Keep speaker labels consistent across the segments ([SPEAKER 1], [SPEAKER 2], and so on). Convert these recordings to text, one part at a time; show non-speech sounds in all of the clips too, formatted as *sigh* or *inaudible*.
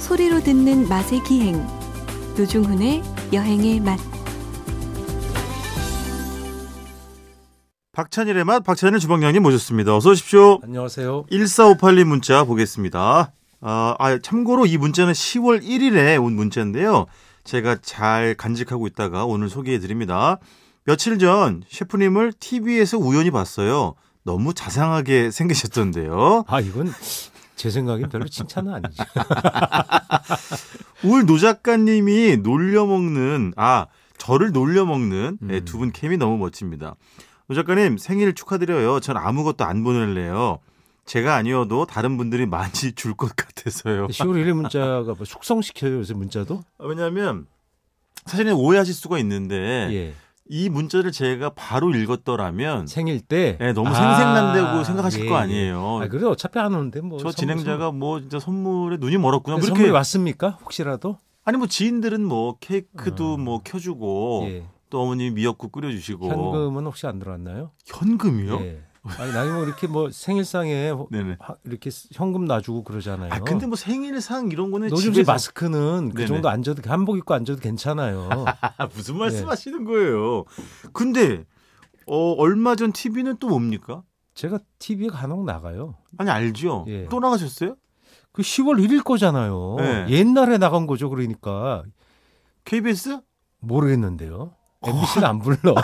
[SPEAKER 1] 소리로 듣는 맛의 기행 노중훈의 여행의 맛
[SPEAKER 2] 박찬일의 맛 박찬일 주방장님 모셨습니다. 어서 오십시오.
[SPEAKER 3] 안녕하세요.
[SPEAKER 2] 1458님 문자 보겠습니다. 아, 아, 참고로 이 문자는 10월 1일에 온 문자인데요. 제가 잘 간직하고 있다가 오늘 소개해 드립니다. 며칠 전 셰프님을 TV에서 우연히 봤어요. 너무 자상하게 생기셨던데요.
[SPEAKER 3] 아 이건 제 생각엔 별로 칭찬은 *laughs* 아니죠.
[SPEAKER 2] 울 노작가님이 놀려먹는 아 저를 놀려먹는 예,
[SPEAKER 3] 음.
[SPEAKER 2] 두 분 케미 너무 멋집니다. 노작가님 생일 축하드려요. 전 아무것도 안 보낼래요. 제가 아니어도 다른 분들이 많이 *laughs* 줄 것 같아서요. 아,
[SPEAKER 3] 10월 1일 문자가 뭐 숙성시켜요 요새 문자도.
[SPEAKER 2] 왜냐하면 사실은 오해하실 수가 있는데
[SPEAKER 3] 예.
[SPEAKER 2] 이 문자를 제가 바로 읽었더라면
[SPEAKER 3] 생일 때.
[SPEAKER 2] 예, 너무
[SPEAKER 3] 아,
[SPEAKER 2] 생생난다고 생각하실
[SPEAKER 3] 예,
[SPEAKER 2] 거
[SPEAKER 3] 예.
[SPEAKER 2] 아니에요.
[SPEAKER 3] 아, 그래 어차피 안 오는데 뭐.
[SPEAKER 2] 저
[SPEAKER 3] 선물,
[SPEAKER 2] 진행자가 뭐 진짜 선물에 눈이 멀었구나.
[SPEAKER 3] 선물.
[SPEAKER 2] 뭐
[SPEAKER 3] 선물이
[SPEAKER 2] 이렇게
[SPEAKER 3] 왔습니까? 혹시라도.
[SPEAKER 2] 아니 뭐 지인들은 뭐 케이크도
[SPEAKER 3] 어.
[SPEAKER 2] 뭐 켜주고
[SPEAKER 3] 예.
[SPEAKER 2] 또 어머니 미역국 끓여주시고
[SPEAKER 3] 현금은 혹시 안 들어왔나요?
[SPEAKER 2] 현금이요?
[SPEAKER 3] 예. 아니 나이 뭐 이렇게 뭐 생일상에 호-
[SPEAKER 2] 네네.
[SPEAKER 3] 하- 이렇게 현금 놔주고 그러잖아요.
[SPEAKER 2] 아 근데 뭐 생일상 이런 거는
[SPEAKER 3] 노중씨
[SPEAKER 2] 집에서
[SPEAKER 3] 마스크는 그
[SPEAKER 2] 네네.
[SPEAKER 3] 정도 앉아도 한복 입고 앉아도
[SPEAKER 2] *laughs*
[SPEAKER 3] 괜찮아요.
[SPEAKER 2] 아, *laughs* 무슨 말씀하시는 거예요? 근데 어 얼마 전 TV는 또 뭡니까?
[SPEAKER 3] 제가 TV에 간혹 나가요.
[SPEAKER 2] 아니 알죠?
[SPEAKER 3] 예.
[SPEAKER 2] 또 나가셨어요?
[SPEAKER 3] 그 10월 1일 거잖아요.
[SPEAKER 2] 네.
[SPEAKER 3] 옛날에 나간 거죠. 그러니까
[SPEAKER 2] KBS?
[SPEAKER 3] 모르겠는데요. MBC는 안
[SPEAKER 2] *laughs*
[SPEAKER 3] 불러.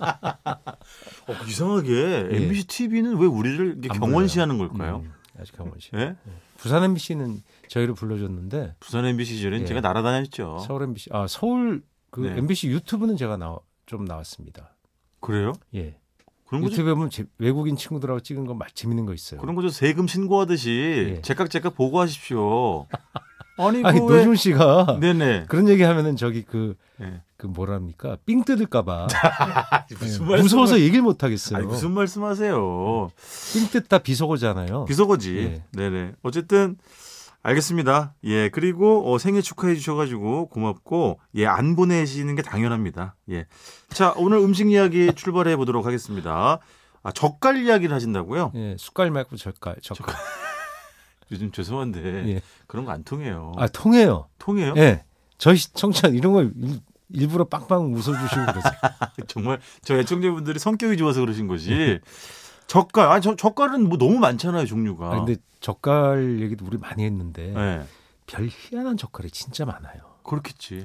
[SPEAKER 2] 어, 그 이상하게
[SPEAKER 3] 예.
[SPEAKER 2] MBC TV는 왜 우리를 이렇게
[SPEAKER 3] 안
[SPEAKER 2] 경원시하는 걸까요?
[SPEAKER 3] 음, 아직 강원 씨.
[SPEAKER 2] 예?
[SPEAKER 3] 부산 MBC는 저희를 불러줬는데
[SPEAKER 2] 부산 MBC 시절엔
[SPEAKER 3] 예.
[SPEAKER 2] 제가 날아다녔죠.
[SPEAKER 3] 서울 MBC 아 서울 그
[SPEAKER 2] 어? 네.
[SPEAKER 3] MBC 유튜브는 제가 나와 좀 나왔습니다.
[SPEAKER 2] 그래요?
[SPEAKER 3] 예.
[SPEAKER 2] 그런 거죠.
[SPEAKER 3] 유튜브에 보면 제- 외국인 친구들하고 찍은 거 막 재밌는 거 있어요.
[SPEAKER 2] 그런 거죠. 세금 신고하듯이
[SPEAKER 3] 예.
[SPEAKER 2] 제깍 제깍
[SPEAKER 3] *laughs*
[SPEAKER 2] 보고하십시오. 아니
[SPEAKER 3] 아니
[SPEAKER 2] 그 왜?
[SPEAKER 3] 노준 씨가
[SPEAKER 2] 네네.
[SPEAKER 3] 그런 얘기 하면은 저기 그 그
[SPEAKER 2] 예.
[SPEAKER 3] 뭐랍니까
[SPEAKER 2] *laughs*
[SPEAKER 3] 삥 뜯을까봐
[SPEAKER 2] 무슨
[SPEAKER 3] 예,
[SPEAKER 2] 말씀?
[SPEAKER 3] 무서워서 얘기를 못 하겠어요.
[SPEAKER 2] 아니 무슨 말씀하세요?
[SPEAKER 3] 삥 뜯다 비속어잖아요.
[SPEAKER 2] 비서거지.
[SPEAKER 3] 예.
[SPEAKER 2] 네네. 어쨌든 알겠습니다. 예. 그리고 어, 생일 축하해 주셔가지고 고맙고 예 안 보내시는 게 당연합니다. 예. 자 오늘 음식
[SPEAKER 3] *laughs*
[SPEAKER 2] 이야기 출발해 보도록 하겠습니다. 아 젓갈 이야기를 하신다고요?
[SPEAKER 3] 예, 숟갈 말고 젓갈, 젓갈.
[SPEAKER 2] 요즘 죄송한데
[SPEAKER 3] 예.
[SPEAKER 2] 그런 거 안 통해요.
[SPEAKER 3] 아 통해요.
[SPEAKER 2] 통해요?
[SPEAKER 3] 예, 저희 청천 이런 걸 일, 일부러 빵빵 웃어주시고 그러세요.
[SPEAKER 2] *laughs* 정말 저 애청자분들이 성격이 좋아서 그러신 거지. 젓갈 아저 젓갈은 뭐 너무 많잖아요 종류가.
[SPEAKER 3] 아, 근데 젓갈 얘기도 우리 많이 했는데
[SPEAKER 2] 예.
[SPEAKER 3] 별 희한한 젓갈이 진짜 많아요.
[SPEAKER 2] 그렇겠지.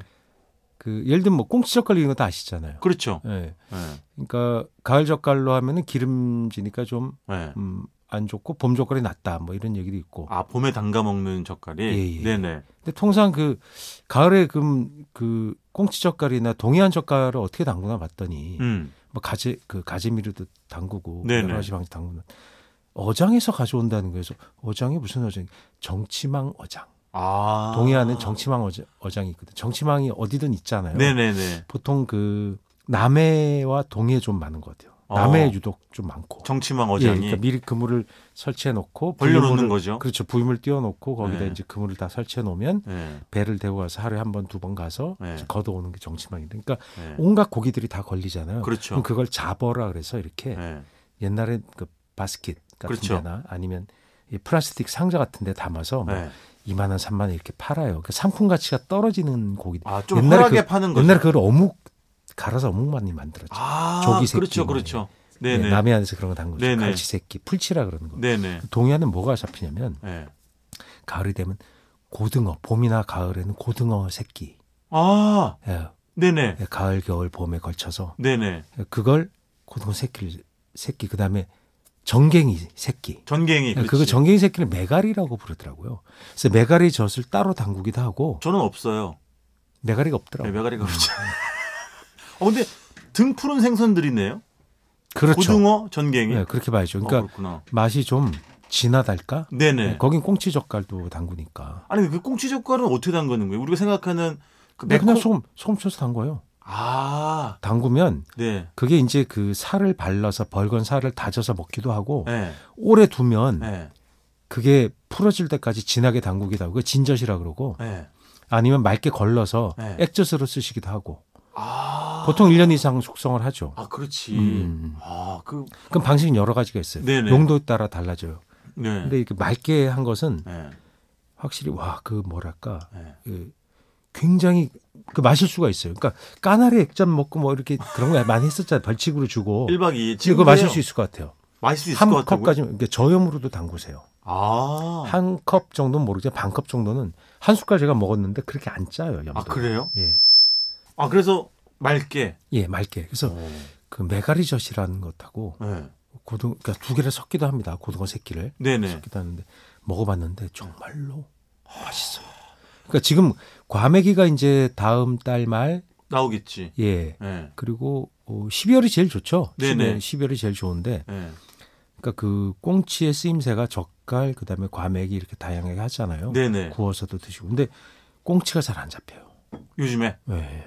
[SPEAKER 3] 그 예를 들면 뭐 꽁치 젓갈 이런 거 다 아시잖아요.
[SPEAKER 2] 그렇죠.
[SPEAKER 3] 예,
[SPEAKER 2] 예.
[SPEAKER 3] 그러니까 가을 젓갈로 하면은 기름지니까 좀 음, 안
[SPEAKER 2] 예.
[SPEAKER 3] 좋고 봄 젓갈이 낫다 뭐 이런 얘기도 있고.
[SPEAKER 2] 아 봄에 담가 먹는 젓갈이.
[SPEAKER 3] 예, 예.
[SPEAKER 2] 네네.
[SPEAKER 3] 근데 통상 그 가을에 그, 그 꽁치 젓갈이나 동해안 젓갈을 어떻게 담그나 봤더니
[SPEAKER 2] 음.
[SPEAKER 3] 뭐 가지 그 가지미로도 담그고 뭐
[SPEAKER 2] 네네.
[SPEAKER 3] 여러 가지 방식 담그는 어장에서 가져온다는 거에서 어장이 무슨 어장? 정치망 어장.
[SPEAKER 2] 아.
[SPEAKER 3] 동해안은 정치망 어장, 어장이 있거든. 정치망이 어디든 있잖아요.
[SPEAKER 2] 네네네.
[SPEAKER 3] 보통 그 남해와 동해 좀 많은 것 같아요.
[SPEAKER 2] 어.
[SPEAKER 3] 남해 유독 좀 많고.
[SPEAKER 2] 정치망
[SPEAKER 3] 예,
[SPEAKER 2] 어장이
[SPEAKER 3] 그러니까 미리 그물을 설치해 놓고
[SPEAKER 2] 벌려놓는 거죠.
[SPEAKER 3] 그렇죠. 부임을 띄워 놓고 거기다
[SPEAKER 2] 네.
[SPEAKER 3] 이제 그물을 다 설치해 놓으면
[SPEAKER 2] 예,
[SPEAKER 3] 배를 대고 가서 하루에 한 번 두 번 가서
[SPEAKER 2] 네.
[SPEAKER 3] 이제 걷어오는 게 정치망인데, 그러니까
[SPEAKER 2] 예.
[SPEAKER 3] 온갖 고기들이 다 걸리잖아요.
[SPEAKER 2] 그렇죠.
[SPEAKER 3] 그럼 그걸 잡어라 그래서 이렇게
[SPEAKER 2] 예.
[SPEAKER 3] 옛날에 그 바스킷 같은
[SPEAKER 2] 그렇죠.
[SPEAKER 3] 데나 아니면 이 플라스틱 상자 같은 데 담아서 뭐
[SPEAKER 2] 예.
[SPEAKER 3] 2만 원, 3만 원 이렇게 팔아요. 그 상품 가치가 떨어지는 고기.
[SPEAKER 2] 아, 좀
[SPEAKER 3] 옛날에
[SPEAKER 2] 허하게
[SPEAKER 3] 그-
[SPEAKER 2] 파는 거죠.
[SPEAKER 3] 옛날에 그걸 어묵 갈아서 어묵 많이 만들었죠.
[SPEAKER 2] 아,
[SPEAKER 3] 조기 새끼
[SPEAKER 2] 그렇죠,
[SPEAKER 3] 뭐.
[SPEAKER 2] 그렇죠.
[SPEAKER 3] 예,
[SPEAKER 2] 네네.
[SPEAKER 3] 남해안에서 그런 거 담그죠.
[SPEAKER 2] 네네.
[SPEAKER 3] 갈치 새끼, 풀치라 그러는 거.
[SPEAKER 2] 네네.
[SPEAKER 3] 동해안은 뭐가 잡히냐면
[SPEAKER 2] 예.
[SPEAKER 3] 가을이 되면 고등어, 봄이나 가을에는 고등어 새끼.
[SPEAKER 2] 아,
[SPEAKER 3] 예,
[SPEAKER 2] 네네.
[SPEAKER 3] 예, 가을, 겨울, 봄에 걸쳐서
[SPEAKER 2] 네네.
[SPEAKER 3] 예, 그걸 고등어 새끼, 새끼 그다음에 정갱이 새끼.
[SPEAKER 2] 전갱이.
[SPEAKER 3] 예,
[SPEAKER 2] 그렇지.
[SPEAKER 3] 그거 정갱이 새끼를 메가리라고 부르더라고요. 그래서 메가리 젖을 따로 담그기도 하고
[SPEAKER 2] 저는 없어요.
[SPEAKER 3] 메가리가
[SPEAKER 2] 네,
[SPEAKER 3] 없더라고요.
[SPEAKER 2] 메가리가 없죠. *laughs* 어, 근데 등 푸른 생선들이네요.
[SPEAKER 3] 그렇죠.
[SPEAKER 2] 고등어, 전갱이.
[SPEAKER 3] 예, 그렇게 봐야죠.
[SPEAKER 2] 어,
[SPEAKER 3] 그러니까
[SPEAKER 2] 그렇구나.
[SPEAKER 3] 맛이 좀 진하달까?
[SPEAKER 2] 네네.
[SPEAKER 3] 예, 거긴 꽁치 젓갈도 담그니까.
[SPEAKER 2] 아니, 그 꽁치 젓갈은 어떻게 담그는 거예요? 우리가 생각하는 그
[SPEAKER 3] 근데
[SPEAKER 2] 매콤.
[SPEAKER 3] 네, 그냥 소금 소금 쳐서 담궈요.
[SPEAKER 2] 아,
[SPEAKER 3] 담그면
[SPEAKER 2] 네.
[SPEAKER 3] 그게 이제 그 살을 발라서 벌건 살을 다져서 먹기도 하고
[SPEAKER 2] 예.
[SPEAKER 3] 오래 두면
[SPEAKER 2] 예.
[SPEAKER 3] 그게 풀어질 때까지 진하게 담그기도 하고 그거 진젓이라 그러고
[SPEAKER 2] 예.
[SPEAKER 3] 아니면 맑게 걸러서
[SPEAKER 2] 네.
[SPEAKER 3] 액젓으로 쓰시기도 하고
[SPEAKER 2] 아.
[SPEAKER 3] 보통 1년 이상 숙성을 하죠.
[SPEAKER 2] 아, 그렇지.
[SPEAKER 3] 음.
[SPEAKER 2] 아, 그,
[SPEAKER 3] 그럼 방식은 여러 가지가 있어요.
[SPEAKER 2] 네, 네네.
[SPEAKER 3] 용도에 따라 달라져요.
[SPEAKER 2] 네.
[SPEAKER 3] 근데 이렇게 맑게 한 것은
[SPEAKER 2] 네.
[SPEAKER 3] 확실히 와 그 뭐랄까
[SPEAKER 2] 네.
[SPEAKER 3] 그 굉장히 그 마실 수가 있어요. 그러니까 까나리 액젓 먹고 뭐 이렇게 그런 거 많이 했었잖아요. 벌칙으로 주고
[SPEAKER 2] 1박 *laughs* 2일.
[SPEAKER 3] 지금 그거 뭐 마실 수 있을 것 같아요.
[SPEAKER 2] 마실 수 있을 것
[SPEAKER 3] 한
[SPEAKER 2] 같다고요?
[SPEAKER 3] 컵까지 그러니까 저염으로도 담그세요.
[SPEAKER 2] 아.
[SPEAKER 3] 한 컵 정도는 모르지만 반 컵 정도는 한 숟갈 제가 먹었는데 그렇게 안 짜요. 염도.
[SPEAKER 2] 아, 그래요?
[SPEAKER 3] 예,
[SPEAKER 2] 아, 그래서 맑게.
[SPEAKER 3] 예, 맑게.
[SPEAKER 2] 어.
[SPEAKER 3] 그래서 그 메가리젓이라는 것하고
[SPEAKER 2] 네.
[SPEAKER 3] 고등 그러니까 두 개를 섞기도 합니다. 고등어 새끼를
[SPEAKER 2] 네네.
[SPEAKER 3] 섞기도 하는데 먹어봤는데 정말로
[SPEAKER 2] 아.
[SPEAKER 3] 맛있어요. 그러니까 지금 과메기가 이제 다음 달 말
[SPEAKER 2] 나오겠지.
[SPEAKER 3] 예.
[SPEAKER 2] 네.
[SPEAKER 3] 그리고 어, 12월이 제일 좋죠.
[SPEAKER 2] 네네.
[SPEAKER 3] 12월, 이 제일 좋은데
[SPEAKER 2] 네.
[SPEAKER 3] 그러니까 그 꽁치의 쓰임새가 젓갈 그다음에 과메기 이렇게 다양하게 하잖아요.
[SPEAKER 2] 네네.
[SPEAKER 3] 구워서도 드시고. 근데 꽁치가 잘 안 잡혀요.
[SPEAKER 2] 요즘에
[SPEAKER 3] 예.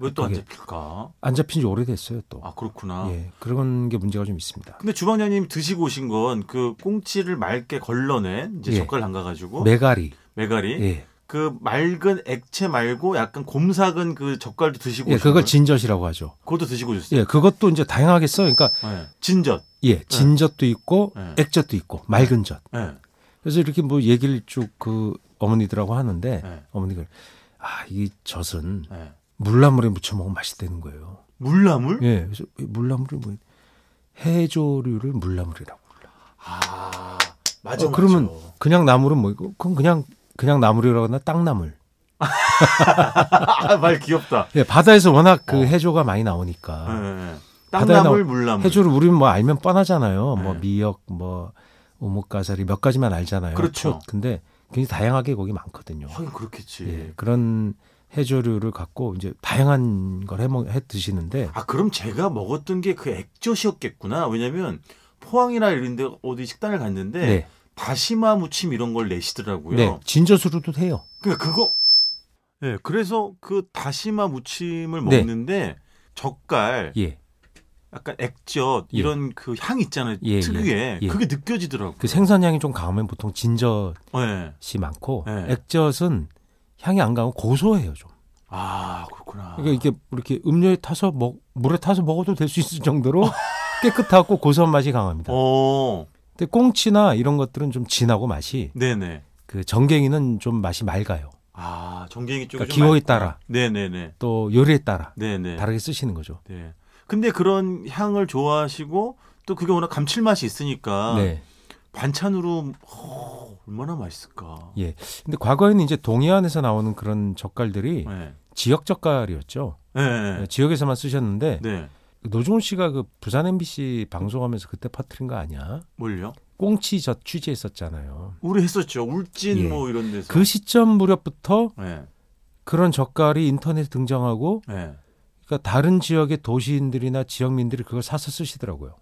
[SPEAKER 2] 왜 또 안
[SPEAKER 3] 그게-
[SPEAKER 2] 잡힐까?
[SPEAKER 3] 안 잡힌 지 오래됐어요, 또.
[SPEAKER 2] 아, 그렇구나.
[SPEAKER 3] 예. 그런 게 문제가 좀 있습니다.
[SPEAKER 2] 근데 주방장님 드시고 오신 건 그 꽁치를 맑게 걸러낸 이제
[SPEAKER 3] 예.
[SPEAKER 2] 젓갈 담가가지고
[SPEAKER 3] 메가리.
[SPEAKER 2] 메가리
[SPEAKER 3] 예.
[SPEAKER 2] 그 맑은 액체 말고 약간 곰삭은 그 젓갈도 드시고
[SPEAKER 3] 예,
[SPEAKER 2] 오신
[SPEAKER 3] 그걸
[SPEAKER 2] 거예요?
[SPEAKER 3] 진젓이라고 하죠.
[SPEAKER 2] 그것도 드시고 오셨어요.
[SPEAKER 3] 예, 그것도 이제 다양하게 써요. 그러니까
[SPEAKER 2] 예. 진젓.
[SPEAKER 3] 예, 진젓도 있고
[SPEAKER 2] 네.
[SPEAKER 3] 액젓도 있고 맑은 젓.
[SPEAKER 2] 예.
[SPEAKER 3] 그래서 이렇게 뭐 얘기를 쭉 그 어머니들하고 하는데
[SPEAKER 2] 네.
[SPEAKER 3] 어머니가 아, 이 젖은
[SPEAKER 2] 예.
[SPEAKER 3] 물나물에 무쳐 먹으면 맛있다는 거예요.
[SPEAKER 2] 물나물?
[SPEAKER 3] 예, 그래서 이 물나물이 뭐 해조류를 물나물이라고.
[SPEAKER 2] 아 맞아.
[SPEAKER 3] 어, 그러면
[SPEAKER 2] 맞아.
[SPEAKER 3] 그냥 나물은 뭐 이거? 그럼 그냥 그냥 나물이라거나 땅나물.
[SPEAKER 2] 아, 말 귀엽다.
[SPEAKER 3] 예, 바다에서 워낙 그
[SPEAKER 2] 어.
[SPEAKER 3] 해조가 많이
[SPEAKER 2] 예,
[SPEAKER 3] 나오니까
[SPEAKER 2] 예.
[SPEAKER 3] 아, 바다에
[SPEAKER 2] 땅나물 물나물.
[SPEAKER 3] 해조를 우리는 뭐 알면 뻔하잖아요. 뭐
[SPEAKER 2] 네.
[SPEAKER 3] 미역, 뭐 오목가사리 몇 가지만 알잖아요.
[SPEAKER 2] 그렇죠.
[SPEAKER 3] 톳. 근데 굉장히 다양하게 거기 많거든요.
[SPEAKER 2] 하긴 그렇겠지.
[SPEAKER 3] 예, 그런 해조류를 갖고 이제 다양한 걸 해 먹 해 드시는데
[SPEAKER 2] 아 그럼 제가 먹었던 게 그 액젓이었겠구나. 왜냐면 포항이나 이런 데 어디 식당을 갔는데
[SPEAKER 3] 네,
[SPEAKER 2] 다시마 무침 이런 걸 내시더라고요.
[SPEAKER 3] 네, 진저수로도 해요.
[SPEAKER 2] 그러니까 그거 예, 그래서 그 다시마 무침을
[SPEAKER 3] 네.
[SPEAKER 2] 먹는데 젓갈,
[SPEAKER 3] 예.
[SPEAKER 2] 약간 액젓
[SPEAKER 3] 예.
[SPEAKER 2] 이런 그 향 있잖아요.
[SPEAKER 3] 예,
[SPEAKER 2] 특유의
[SPEAKER 3] 예.
[SPEAKER 2] 그게 느껴지더라고요.
[SPEAKER 3] 그 생선향이 좀 강하면 보통 진젓이
[SPEAKER 2] 예.
[SPEAKER 3] 많고
[SPEAKER 2] 네.
[SPEAKER 3] 액젓은 향이 안 강하고 고소해요 좀.
[SPEAKER 2] 아 그렇구나.
[SPEAKER 3] 그러니까 이게 이렇게 음료에 타서 먹 물에 타서 먹어도 될 수 있을 정도로 *laughs* 깨끗하고 고소한 맛이 강합니다.
[SPEAKER 2] 어,
[SPEAKER 3] 근데 꽁치나 이런 것들은 좀 진하고 맛이
[SPEAKER 2] 네네.
[SPEAKER 3] 그 정갱이는 좀 맛이 맑아요.
[SPEAKER 2] 아 정갱이 쪽이 좀
[SPEAKER 3] 그러니까 기호에
[SPEAKER 2] 많-
[SPEAKER 3] 따라
[SPEAKER 2] 네네네.
[SPEAKER 3] 또 요리에 따라
[SPEAKER 2] 네네.
[SPEAKER 3] 다르게 쓰시는 거죠.
[SPEAKER 2] 네. 근데 그런 향을 좋아하시고 또 그게 워낙 감칠맛이 있으니까
[SPEAKER 3] 네.
[SPEAKER 2] 반찬으로 어, 얼마나 맛있을까.
[SPEAKER 3] 예. 근데 과거에는 이제 동해안에서 나오는 그런 젓갈들이
[SPEAKER 2] 네.
[SPEAKER 3] 지역 젓갈이었죠.
[SPEAKER 2] 네.
[SPEAKER 3] 지역에서만 쓰셨는데
[SPEAKER 2] 네.
[SPEAKER 3] 노종훈 씨가 그 부산 MBC 방송하면서 그때 퍼뜨린 거 아니야?
[SPEAKER 2] 뭘요?
[SPEAKER 3] 꽁치젓 취재했었잖아요.
[SPEAKER 2] 우리 했었죠. 울진
[SPEAKER 3] 예.
[SPEAKER 2] 뭐 이런 데서.
[SPEAKER 3] 그 시점 무렵부터
[SPEAKER 2] 예.
[SPEAKER 3] 그런 젓갈이 인터넷에 등장하고
[SPEAKER 2] 예.
[SPEAKER 3] 그러니까 다른 지역의 도시인들이나 지역민들이 그걸 사서 쓰시더라고요.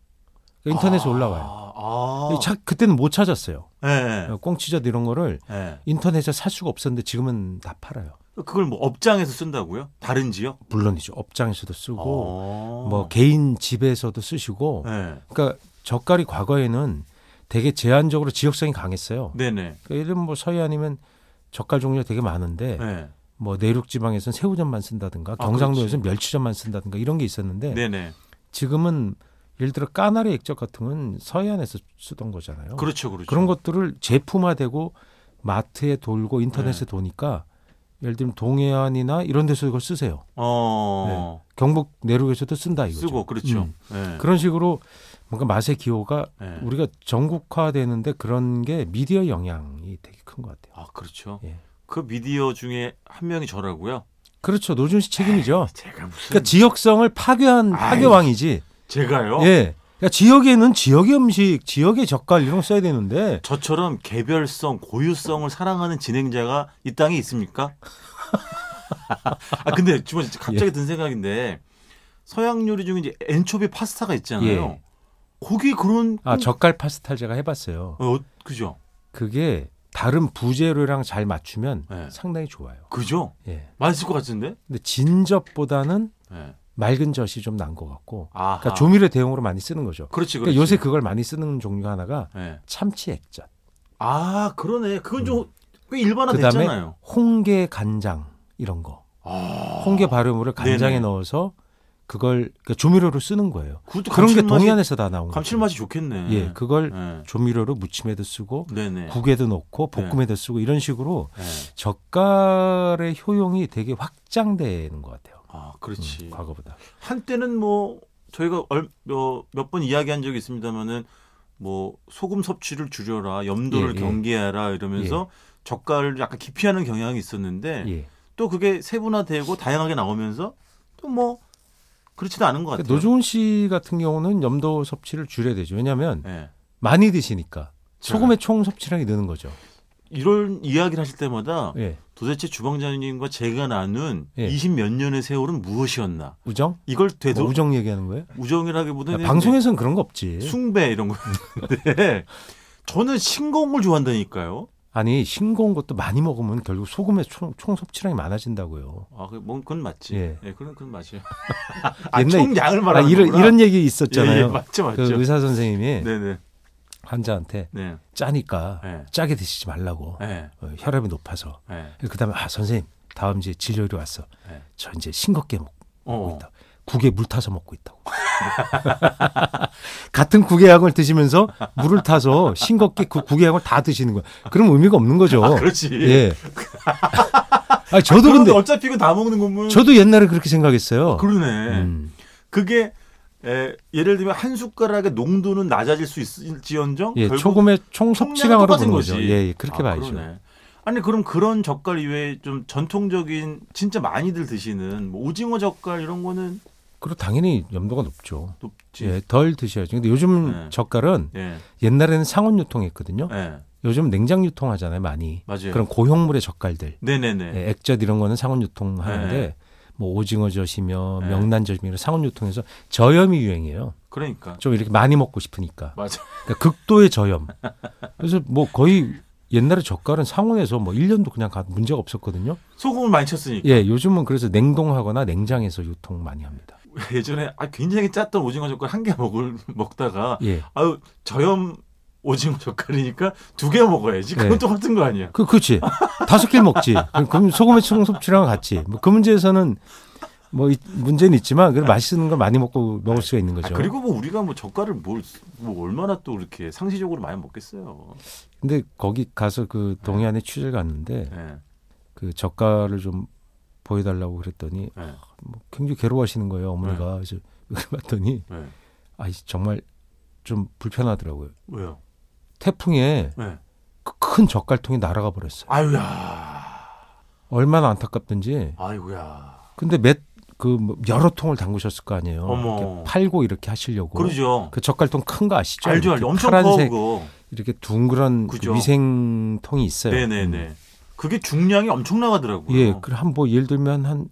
[SPEAKER 3] 그러니까 인터넷에
[SPEAKER 2] 아,
[SPEAKER 3] 올라와요.
[SPEAKER 2] 아.
[SPEAKER 3] 차- 그때는 못 찾았어요.
[SPEAKER 2] 예.
[SPEAKER 3] 꽁치젓 이런 거를
[SPEAKER 2] 예.
[SPEAKER 3] 인터넷에 살 수가 없었는데 지금은 다 팔아요.
[SPEAKER 2] 그걸 뭐 업장에서 쓴다고요? 다른 지역?
[SPEAKER 3] 물론이죠. 업장에서도 쓰고
[SPEAKER 2] 어.
[SPEAKER 3] 뭐 개인 집에서도 쓰시고
[SPEAKER 2] 예.
[SPEAKER 3] 그러니까 젓갈이 과거에는 되게 제한적으로 지역성이 강했어요.
[SPEAKER 2] 네네.
[SPEAKER 3] 그러니까 예를 들면 뭐 서해안이면 젓갈 종류가 되게 많은데
[SPEAKER 2] 예.
[SPEAKER 3] 뭐 내륙 지방에서는 새우젓만 쓴다든가
[SPEAKER 2] 아,
[SPEAKER 3] 경상도에서는 멸치젓만 쓴다든가 이런 게 있었는데
[SPEAKER 2] 네네.
[SPEAKER 3] 지금은 예를 들어 까나리 액젓 같은 건 서해안에서 쓰던 어, 거잖아요.
[SPEAKER 2] 그렇죠, 그렇죠.
[SPEAKER 3] 런 것들을 제품화되고 마트에 돌고 인터넷에
[SPEAKER 2] 네.
[SPEAKER 3] 도니까 예를 들면 동해안이나 이런 데서 이걸 쓰세요.
[SPEAKER 2] 어.
[SPEAKER 3] 경북 내륙에서도 쓴다 이거죠.
[SPEAKER 2] 쓰고 그렇죠.
[SPEAKER 3] 네. 음.
[SPEAKER 2] 예.
[SPEAKER 3] 그런 식으로 뭔가 맛의 기호가
[SPEAKER 2] 예.
[SPEAKER 3] 우리가 전국화되는데 그런 게 미디어 영향이 되게 큰 것 같아요.
[SPEAKER 2] 아, 그렇죠.
[SPEAKER 3] 예.
[SPEAKER 2] 그 미디어 중에 한 명이 저라고요?
[SPEAKER 3] 그렇죠. 노준 씨 책임이죠.
[SPEAKER 2] 제가 무슨
[SPEAKER 3] 그러니까 지역성을 파괴한
[SPEAKER 2] 아, 아이.
[SPEAKER 3] 파괴왕이지.
[SPEAKER 2] 제가요?
[SPEAKER 3] 예. 그러니까 지역에는 지역의 음식, 지역의 젓갈 이런 거 써야 되는데
[SPEAKER 2] 저처럼 개별성, 고유성을 사랑하는 진행자가 이 땅에 있습니까? 아 근데 주말 갑자기
[SPEAKER 3] 예.
[SPEAKER 2] 든 생각인데 서양 요리 중에 이제 엔초비 파스타가 있잖아요.
[SPEAKER 3] 예.
[SPEAKER 2] 거기 그런
[SPEAKER 3] 아 젓갈 파스타 제가 해봤어요.
[SPEAKER 2] 어, 그죠?
[SPEAKER 3] 그게 다른 부재료랑 잘 맞추면
[SPEAKER 2] 네.
[SPEAKER 3] 상당히 좋아요.
[SPEAKER 2] 그죠?
[SPEAKER 3] 예.
[SPEAKER 2] 맛있을 것 같은데?
[SPEAKER 3] 근데 진젓보다는
[SPEAKER 2] 예.
[SPEAKER 3] 맑은 젓이 좀 난 것 같고.
[SPEAKER 2] 아,
[SPEAKER 3] 그러니까 조미료 대용으로 많이 쓰는 거죠.
[SPEAKER 2] 그렇지, 그렇지.
[SPEAKER 3] 그러니까 요새 그걸 많이 쓰는 종류 하나가
[SPEAKER 2] 예.
[SPEAKER 3] 참치 액젓.
[SPEAKER 2] 아 그러네. 그건
[SPEAKER 3] 음.
[SPEAKER 2] 좀 꽤 일반화됐잖아요.
[SPEAKER 3] 그다음에 홍게 간장 이런 거.
[SPEAKER 2] 아,
[SPEAKER 3] 홍게 발효물을 간장에
[SPEAKER 2] 네네.
[SPEAKER 3] 넣어서 그걸 그러니까 조미료로 쓰는 거예요.
[SPEAKER 2] 그것도
[SPEAKER 3] 그런 게
[SPEAKER 2] 감칠맛이-
[SPEAKER 3] 동해안에서 다 나온 거예요.
[SPEAKER 2] 감칠맛이 좋겠네.
[SPEAKER 3] 예, 그걸
[SPEAKER 2] 네.
[SPEAKER 3] 조미료로 무침에도 쓰고
[SPEAKER 2] 네네.
[SPEAKER 3] 국에도 넣고
[SPEAKER 2] 네.
[SPEAKER 3] 볶음에도 쓰고 이런 식으로
[SPEAKER 2] 네.
[SPEAKER 3] 젓갈의 효용이 되게 확장되는 것 같아요.
[SPEAKER 2] 아,
[SPEAKER 3] 음,
[SPEAKER 2] 그렇지.
[SPEAKER 3] 과거보다.
[SPEAKER 2] 한때는 뭐 저희가 어, 몇 번 이야기한 적이 있습니다만은 뭐 소금 섭취를 줄여라, 염도를
[SPEAKER 3] 예, 예.
[SPEAKER 2] 경계하라 이러면서 젓갈을 약간 기피하는 경향이 있었는데
[SPEAKER 3] 예.
[SPEAKER 2] 또 그게 세분화되고 다양하게 나오면서 또 뭐 그렇지도 않은 것 같아요.
[SPEAKER 3] 그러니까 노종훈 씨 같은 경우는 염도 섭취를 줄여야 되죠. 왜냐하면
[SPEAKER 2] 예.
[SPEAKER 3] 많이 드시니까
[SPEAKER 2] 제가
[SPEAKER 3] 소금의 총 섭취량이 느는 거죠.
[SPEAKER 2] 이런 이야기를 하실 때마다
[SPEAKER 3] 예.
[SPEAKER 2] 도대체 주방장님과 제가 나눈
[SPEAKER 3] 예.
[SPEAKER 2] 20 몇 년의 세월은 무엇이었나
[SPEAKER 3] 우정?
[SPEAKER 2] 이걸
[SPEAKER 3] 뭐
[SPEAKER 2] 되도 네,
[SPEAKER 3] 우정 얘기하는 거예요? 그러니까
[SPEAKER 2] 우정이라기보다는
[SPEAKER 3] 방송에서는 그런 거 없지.
[SPEAKER 2] 숭배 이런 거. *laughs* 네. 저는 싱거운 걸 좋아한다니까요.
[SPEAKER 3] 아니 싱거운 것도 많이 먹으면 결국 소금의 총, 총 섭취량이 많아진다고요.
[SPEAKER 2] 아, 그, 뭐, 그건 맞지. 예,
[SPEAKER 3] 예.
[SPEAKER 2] 그건, 그건
[SPEAKER 3] *laughs*
[SPEAKER 2] 맞이에요. 아,
[SPEAKER 3] 옛날에-
[SPEAKER 2] 총량을
[SPEAKER 3] 아,
[SPEAKER 2] 말하는
[SPEAKER 3] 이런,
[SPEAKER 2] 거구나.
[SPEAKER 3] 이런 얘기
[SPEAKER 2] 예, 예,
[SPEAKER 3] 있었잖아요.
[SPEAKER 2] 맞죠, 맞죠.
[SPEAKER 3] 그 의사 선생님이
[SPEAKER 2] 네네.
[SPEAKER 3] 환자한테
[SPEAKER 2] 네.
[SPEAKER 3] 짜니까
[SPEAKER 2] 네.
[SPEAKER 3] 짜게 드시지 말라고
[SPEAKER 2] 네.
[SPEAKER 3] 어, 혈압이 높아서
[SPEAKER 2] 네.
[SPEAKER 3] 그다음에 아 선생님 다음 이제 진료로 왔어.
[SPEAKER 2] 네.
[SPEAKER 3] 저 이제 싱겁게 먹,
[SPEAKER 2] 어.
[SPEAKER 3] 고뭐 있다. 국에 물 타서 먹고 있다고. *laughs* 같은 국의 약을 드시면서 물을 타서 싱겁게 그 국의 약을 다 드시는 거야. 그럼 의미가 없는 거죠.
[SPEAKER 2] 아, 그렇지. *laughs*
[SPEAKER 3] 예. 아 저도
[SPEAKER 2] 그런데
[SPEAKER 3] 근데
[SPEAKER 2] 어차피 이거 다 먹는 거면. 아,
[SPEAKER 3] 저도 옛날에 그렇게 생각했어요.
[SPEAKER 2] 그러네.
[SPEAKER 3] 음,
[SPEAKER 2] 그게, 에, 예를 들면 한 숟가락의 농도는 낮아질 수 있을지언정.
[SPEAKER 3] 예,
[SPEAKER 2] 결국
[SPEAKER 3] 초금의 총
[SPEAKER 2] 총량은
[SPEAKER 3] 섭취량으로
[SPEAKER 2] 똑같은
[SPEAKER 3] 보는 거죠.
[SPEAKER 2] 거지.
[SPEAKER 3] 예, 예, 그렇게
[SPEAKER 2] 아,
[SPEAKER 3] 봐야죠.
[SPEAKER 2] 그러네. 아니 그럼 그런 젓갈 이외에 좀 전통적인 진짜 많이들 드시는 뭐 오징어 젓갈 이런 거는
[SPEAKER 3] 그리고 당연히 염도가 높죠.
[SPEAKER 2] 높지.
[SPEAKER 3] 예, 덜 드셔야죠. 근데 요즘
[SPEAKER 2] 네.
[SPEAKER 3] 젓갈은
[SPEAKER 2] 예.
[SPEAKER 3] 옛날에는 상온 유통했거든요.
[SPEAKER 2] 예.
[SPEAKER 3] 요즘 냉장 유통하잖아요, 많이.
[SPEAKER 2] 맞아요.
[SPEAKER 3] 그런 고형물의 젓갈들,
[SPEAKER 2] 네네네.
[SPEAKER 3] 예, 액젓 이런 거는 상온 유통하는데
[SPEAKER 2] 네.
[SPEAKER 3] 뭐 오징어젓이며
[SPEAKER 2] 네.
[SPEAKER 3] 명란젓이며 이런 상온 유통해서 저염이 유행이에요.
[SPEAKER 2] 그러니까.
[SPEAKER 3] 좀 이렇게 많이 먹고 싶으니까.
[SPEAKER 2] 맞아.
[SPEAKER 3] 그러니까 극도의 저염. 그래서 뭐 거의 옛날에 젓갈은 상온에서 뭐 1년도 그냥 가- 문제가 없었거든요.
[SPEAKER 2] 소금을 많이 쳤으니까.
[SPEAKER 3] 예, 요즘은 그래서 냉동하거나 냉장에서 유통 많이 합니다.
[SPEAKER 2] *laughs* 예. 전에 아, 굉장히 짰던 오징어 젓갈 한 개 먹을 *laughs* 먹다가
[SPEAKER 3] 예.
[SPEAKER 2] 아유 저염 오징어 젓갈이니까 두 개 먹어야지. 그건
[SPEAKER 3] 네.
[SPEAKER 2] 똑같은 거 아니야?
[SPEAKER 3] 그, 그렇지. 다섯 끼를 먹지. 그럼- 그럼 소금의 총 섭취랑 같이. 뭐그 문제에서는 뭐 이- 문제는 있지만 그래도 맛있는 걸 많이 먹고 먹을 수가 있는
[SPEAKER 2] 아,
[SPEAKER 3] 거죠.
[SPEAKER 2] 그리고 뭐 우리가 뭐 젓갈을 뭘, 뭐 얼마나 또 이렇게 상시적으로 많이 먹겠어요.
[SPEAKER 3] 근데 거기 가서 그 동해안에 취재를 갔는데
[SPEAKER 2] 예.
[SPEAKER 3] 그 젓갈을 좀 보여달라고 그랬더니
[SPEAKER 2] 예.
[SPEAKER 3] 뭐 굉장히 괴로워하시는 거예요 어머니가
[SPEAKER 2] 네.
[SPEAKER 3] 그래서 봤더니
[SPEAKER 2] 예.
[SPEAKER 3] 아 정말 좀 불편하더라고요
[SPEAKER 2] 왜요?
[SPEAKER 3] 태풍에
[SPEAKER 2] 예.
[SPEAKER 3] 그큰 젓갈통이 날아가 버렸어요
[SPEAKER 2] 아유야.
[SPEAKER 3] 얼마나 안타깝던지
[SPEAKER 2] 아이고야.
[SPEAKER 3] 근데 몇그 뭐 여러 통을 담그셨을 거 아니에요
[SPEAKER 2] 어머.
[SPEAKER 3] 이렇게 팔고 이렇게 하시려고
[SPEAKER 2] 그러죠.
[SPEAKER 3] 그 젓갈통 큰 거 아시죠
[SPEAKER 2] 알죠, 알죠.
[SPEAKER 3] 이렇게
[SPEAKER 2] 엄청 커
[SPEAKER 3] 파란색
[SPEAKER 2] 그거.
[SPEAKER 3] 이렇게 둥그런 그
[SPEAKER 2] 그죠.
[SPEAKER 3] 위생통이 있어요
[SPEAKER 2] 네네네. 그게 중량이 엄청 나가더라고요.
[SPEAKER 3] 음. 예, 그한뭐 예를 들면 한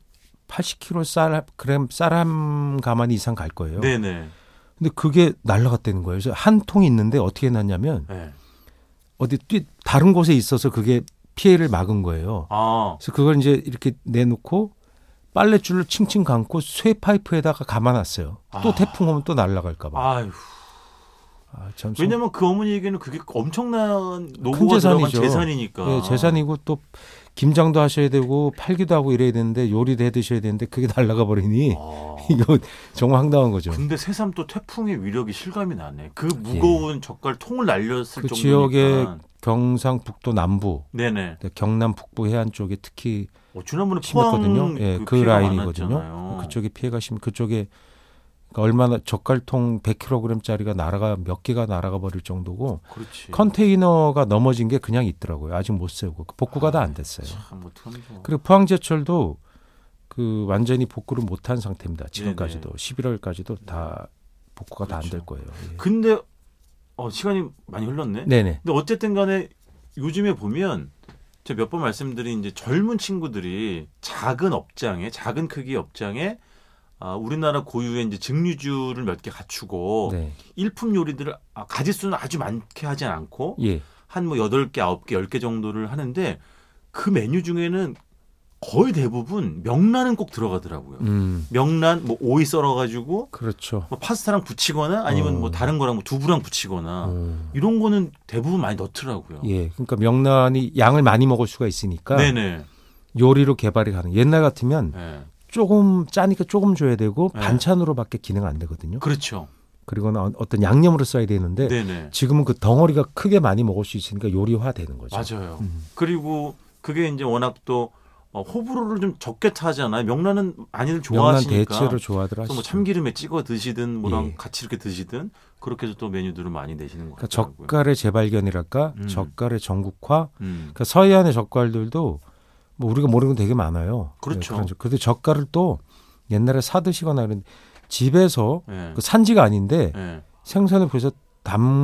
[SPEAKER 3] 80kg 쌀 그램 쌀함 가마니 이상 갈 거예요.
[SPEAKER 2] 네네.
[SPEAKER 3] 근데 그게 날라갔다는 거예요. 그래서 한 통이 있는데 어떻게 났냐면
[SPEAKER 2] 예.
[SPEAKER 3] 어디 뛰 다른 곳에 있어서 그게 피해를 막은 거예요.
[SPEAKER 2] 아.
[SPEAKER 3] 그래서 그걸 이제 이렇게 내놓고 빨래줄로 칭칭 감고 쇠 파이프에다가 감아놨어요.
[SPEAKER 2] 아.
[SPEAKER 3] 또 태풍 오면 또 날라갈까 봐.
[SPEAKER 2] 아유.
[SPEAKER 3] 아, 참 손-
[SPEAKER 2] 왜냐면 그 어머니에게는 그게 엄청난 노고가
[SPEAKER 3] 큰
[SPEAKER 2] 들어간
[SPEAKER 3] 재산이죠.
[SPEAKER 2] 재산이니까.
[SPEAKER 3] 예, 재산이고 또 김장도 하셔야 되고 팔기도 하고 이래야 되는데 요리도 해 드셔야 되는데 그게 날라가 버리니
[SPEAKER 2] 아.
[SPEAKER 3] *laughs* 이거 정말 황당한 거죠. 예.
[SPEAKER 2] 근데 새삼 또 태풍의 위력이 실감이 나네. 그 무거운 젓갈 통을 날렸을
[SPEAKER 3] 그
[SPEAKER 2] 정도니까.
[SPEAKER 3] 지역에 경상북도 남부,
[SPEAKER 2] 네네.
[SPEAKER 3] 경남 북부 해안 쪽에 특히
[SPEAKER 2] 어, 지난번에 포항
[SPEAKER 3] 심했거든요. 예,
[SPEAKER 2] 그,
[SPEAKER 3] 그,
[SPEAKER 2] 피해가
[SPEAKER 3] 라인이거든요.
[SPEAKER 2] 많았잖아요.
[SPEAKER 3] 그쪽에 피해가 심, 그쪽에 그러니까 얼마나 젓갈통 100kg짜리가 날아가 몇 개가 날아가 버릴 정도고
[SPEAKER 2] 그렇지.
[SPEAKER 3] 컨테이너가 넘어진 게 그냥 있더라고요. 아직 못 세우고 그 복구가 다 안 됐어요.
[SPEAKER 2] 참 어떡합니까.
[SPEAKER 3] 그리고 포항제철도 그 완전히 복구를 못한 상태입니다. 지금까지도 11월까지도
[SPEAKER 2] 음.
[SPEAKER 3] 다 복구가 다
[SPEAKER 2] 그렇죠.
[SPEAKER 3] 안 될 거예요. 예.
[SPEAKER 2] 근데 어, 시간이 많이 흘렀네.
[SPEAKER 3] 네네.
[SPEAKER 2] 근데 어쨌든 간에 요즘에 보면 제가 몇 번 말씀드린 이제 젊은 친구들이 작은 업장에 작은 크기 업장에 아, 우리나라 고유의 이제 증류주를 몇 개 갖추고
[SPEAKER 3] 네.
[SPEAKER 2] 일품 요리들을 아, 가짓수는 아주 많게 하진 않고
[SPEAKER 3] 예.
[SPEAKER 2] 한 뭐 여덟 개 아홉 개 열 개 정도를 하는데 그 메뉴 중에는 거의 대부분 명란은 꼭 들어가더라고요.
[SPEAKER 3] 음.
[SPEAKER 2] 명란 뭐 오이 썰어 가지고
[SPEAKER 3] 그렇죠.
[SPEAKER 2] 뭐 파스타랑 부치거나 아니면 뭐
[SPEAKER 3] 어.
[SPEAKER 2] 다른 거랑 뭐 두부랑 부치거나
[SPEAKER 3] 음.
[SPEAKER 2] 이런 거는 대부분 많이 넣더라고요.
[SPEAKER 3] 예, 그러니까 명란이 양을 많이 먹을 수가 있으니까
[SPEAKER 2] 네네.
[SPEAKER 3] 요리로 개발이 가능. 옛날 같으면
[SPEAKER 2] 예.
[SPEAKER 3] 조금 짜니까 조금 줘야 되고
[SPEAKER 2] 네.
[SPEAKER 3] 반찬으로밖에 기능 안 되거든요.
[SPEAKER 2] 그렇죠.
[SPEAKER 3] 그리고는 어- 어떤 양념으로 써야 되는데
[SPEAKER 2] 네네.
[SPEAKER 3] 지금은 그 덩어리가 크게 많이 먹을 수 있으니까 요리화 되는 거죠.
[SPEAKER 2] 맞아요.
[SPEAKER 3] 음.
[SPEAKER 2] 그리고 그게 이제 워낙 또 어, 호불호를 좀 적게 타잖아요. 명란은 많이들
[SPEAKER 3] 명란
[SPEAKER 2] 좋아하시니까.
[SPEAKER 3] 대체로 좋아들
[SPEAKER 2] 그래서
[SPEAKER 3] 하시죠.
[SPEAKER 2] 뭐 참기름에 찍어 드시든 뭐랑
[SPEAKER 3] 예.
[SPEAKER 2] 같이 이렇게 드시든 그렇게 해서 또 메뉴들을 많이 내시는 것
[SPEAKER 3] 그러니까
[SPEAKER 2] 같아요.
[SPEAKER 3] 젓갈의 재발견이랄까,
[SPEAKER 2] 음.
[SPEAKER 3] 젓갈의 전국화.
[SPEAKER 2] 음.
[SPEAKER 3] 그러니까 서해안의 젓갈들도 뭐 우리가 모르는 건 되게 많아요.
[SPEAKER 2] 그렇죠.
[SPEAKER 3] 런 근데 젓갈을 또 옛날에 사 드시거나 그런 집에서
[SPEAKER 2] 예.
[SPEAKER 3] 그 산지가 아닌데
[SPEAKER 2] 예.
[SPEAKER 3] 생선을 보여서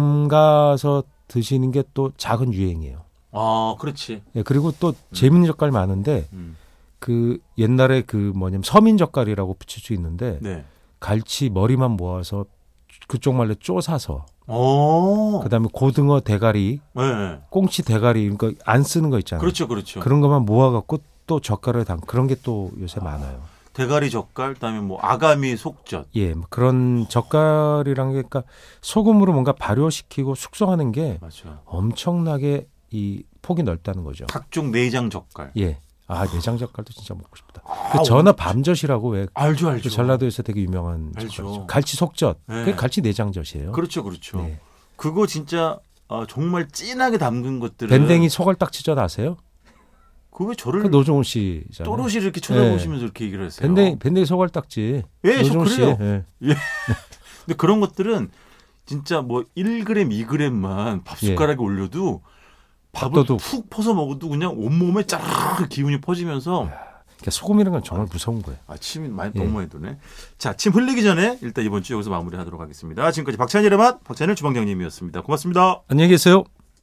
[SPEAKER 3] 담가서 드시는 게 또 작은 유행이에요.
[SPEAKER 2] 아, 그렇지.
[SPEAKER 3] 예, 그리고 또 재밌는 젓갈 많은데
[SPEAKER 2] 음.
[SPEAKER 3] 그 옛날에 그 뭐냐면 서민 젓갈이라고 붙일 수 있는데
[SPEAKER 2] 네.
[SPEAKER 3] 갈치 머리만 모아서 그쪽 말로 쪼사서
[SPEAKER 2] 어.
[SPEAKER 3] 그다음에 고등어 대가리,
[SPEAKER 2] 예, 예.
[SPEAKER 3] 꽁치 대가리 그러니까 안 쓰는 거 있잖아요.
[SPEAKER 2] 그렇죠, 그렇죠.
[SPEAKER 3] 그런 것만 모아갖고 또 젓갈을 담 그런 게 또 요새 많아요.
[SPEAKER 2] 대가리 젓갈, 그다음에 뭐 아가미 속젓.
[SPEAKER 3] 예, 뭐 그런 젓갈이란 게 그러니까 소금으로 뭔가 발효시키고 숙성하는 게
[SPEAKER 2] 맞아요.
[SPEAKER 3] 엄청나게 이 폭이 넓다는 거죠.
[SPEAKER 2] 각종 내장 젓갈.
[SPEAKER 3] 예. 아 내장 젓갈도 진짜 먹고 싶다.
[SPEAKER 2] 아,
[SPEAKER 3] 그 전어 밤젓이라고 왜
[SPEAKER 2] 알죠,
[SPEAKER 3] 그
[SPEAKER 2] 알죠.
[SPEAKER 3] 전라도에서 되게 유명한
[SPEAKER 2] 알죠.
[SPEAKER 3] 젓갈이죠. 갈치 속젓.
[SPEAKER 2] 네.
[SPEAKER 3] 그게 갈치 내장젓이에요.
[SPEAKER 2] 그렇죠, 그렇죠.
[SPEAKER 3] 네.
[SPEAKER 2] 그거 진짜 아, 정말 진하게 담근 것들은
[SPEAKER 3] 밴댕이 소갈딱지젓 아세요?
[SPEAKER 2] 그왜
[SPEAKER 3] 그
[SPEAKER 2] 저를
[SPEAKER 3] 노종훈 씨잖아요.
[SPEAKER 2] 음. 또렷이 이렇게 쳐다보시면서 이렇게 얘기를 했어요.
[SPEAKER 3] 밴댕이 밴댕이 소갈딱지.
[SPEAKER 2] 예, 저
[SPEAKER 3] 노종훈 씨.
[SPEAKER 2] 그래요.
[SPEAKER 3] 예.
[SPEAKER 2] 근데 그런 것들은 진짜 뭐 1g, 2g만 밥
[SPEAKER 3] 예.
[SPEAKER 2] 숟가락에 올려도 밥을
[SPEAKER 3] 밥도둑.
[SPEAKER 2] 푹 퍼서 먹어도 그냥 온몸에 짜르르 기운이 퍼지면서
[SPEAKER 3] 그러니까 소금이라는 건 정말 무서운 거예요.
[SPEAKER 2] 아, 침이 많이
[SPEAKER 3] 예.
[SPEAKER 2] 너무 많이 도네. 자, 침 흘리기 전에 일단 이번 주 여기서 마무리하도록 하겠습니다. 지금까지 박찬일의 맛, 박찬일 주방장님이었습니다. 고맙습니다.
[SPEAKER 3] 안녕히 계세요.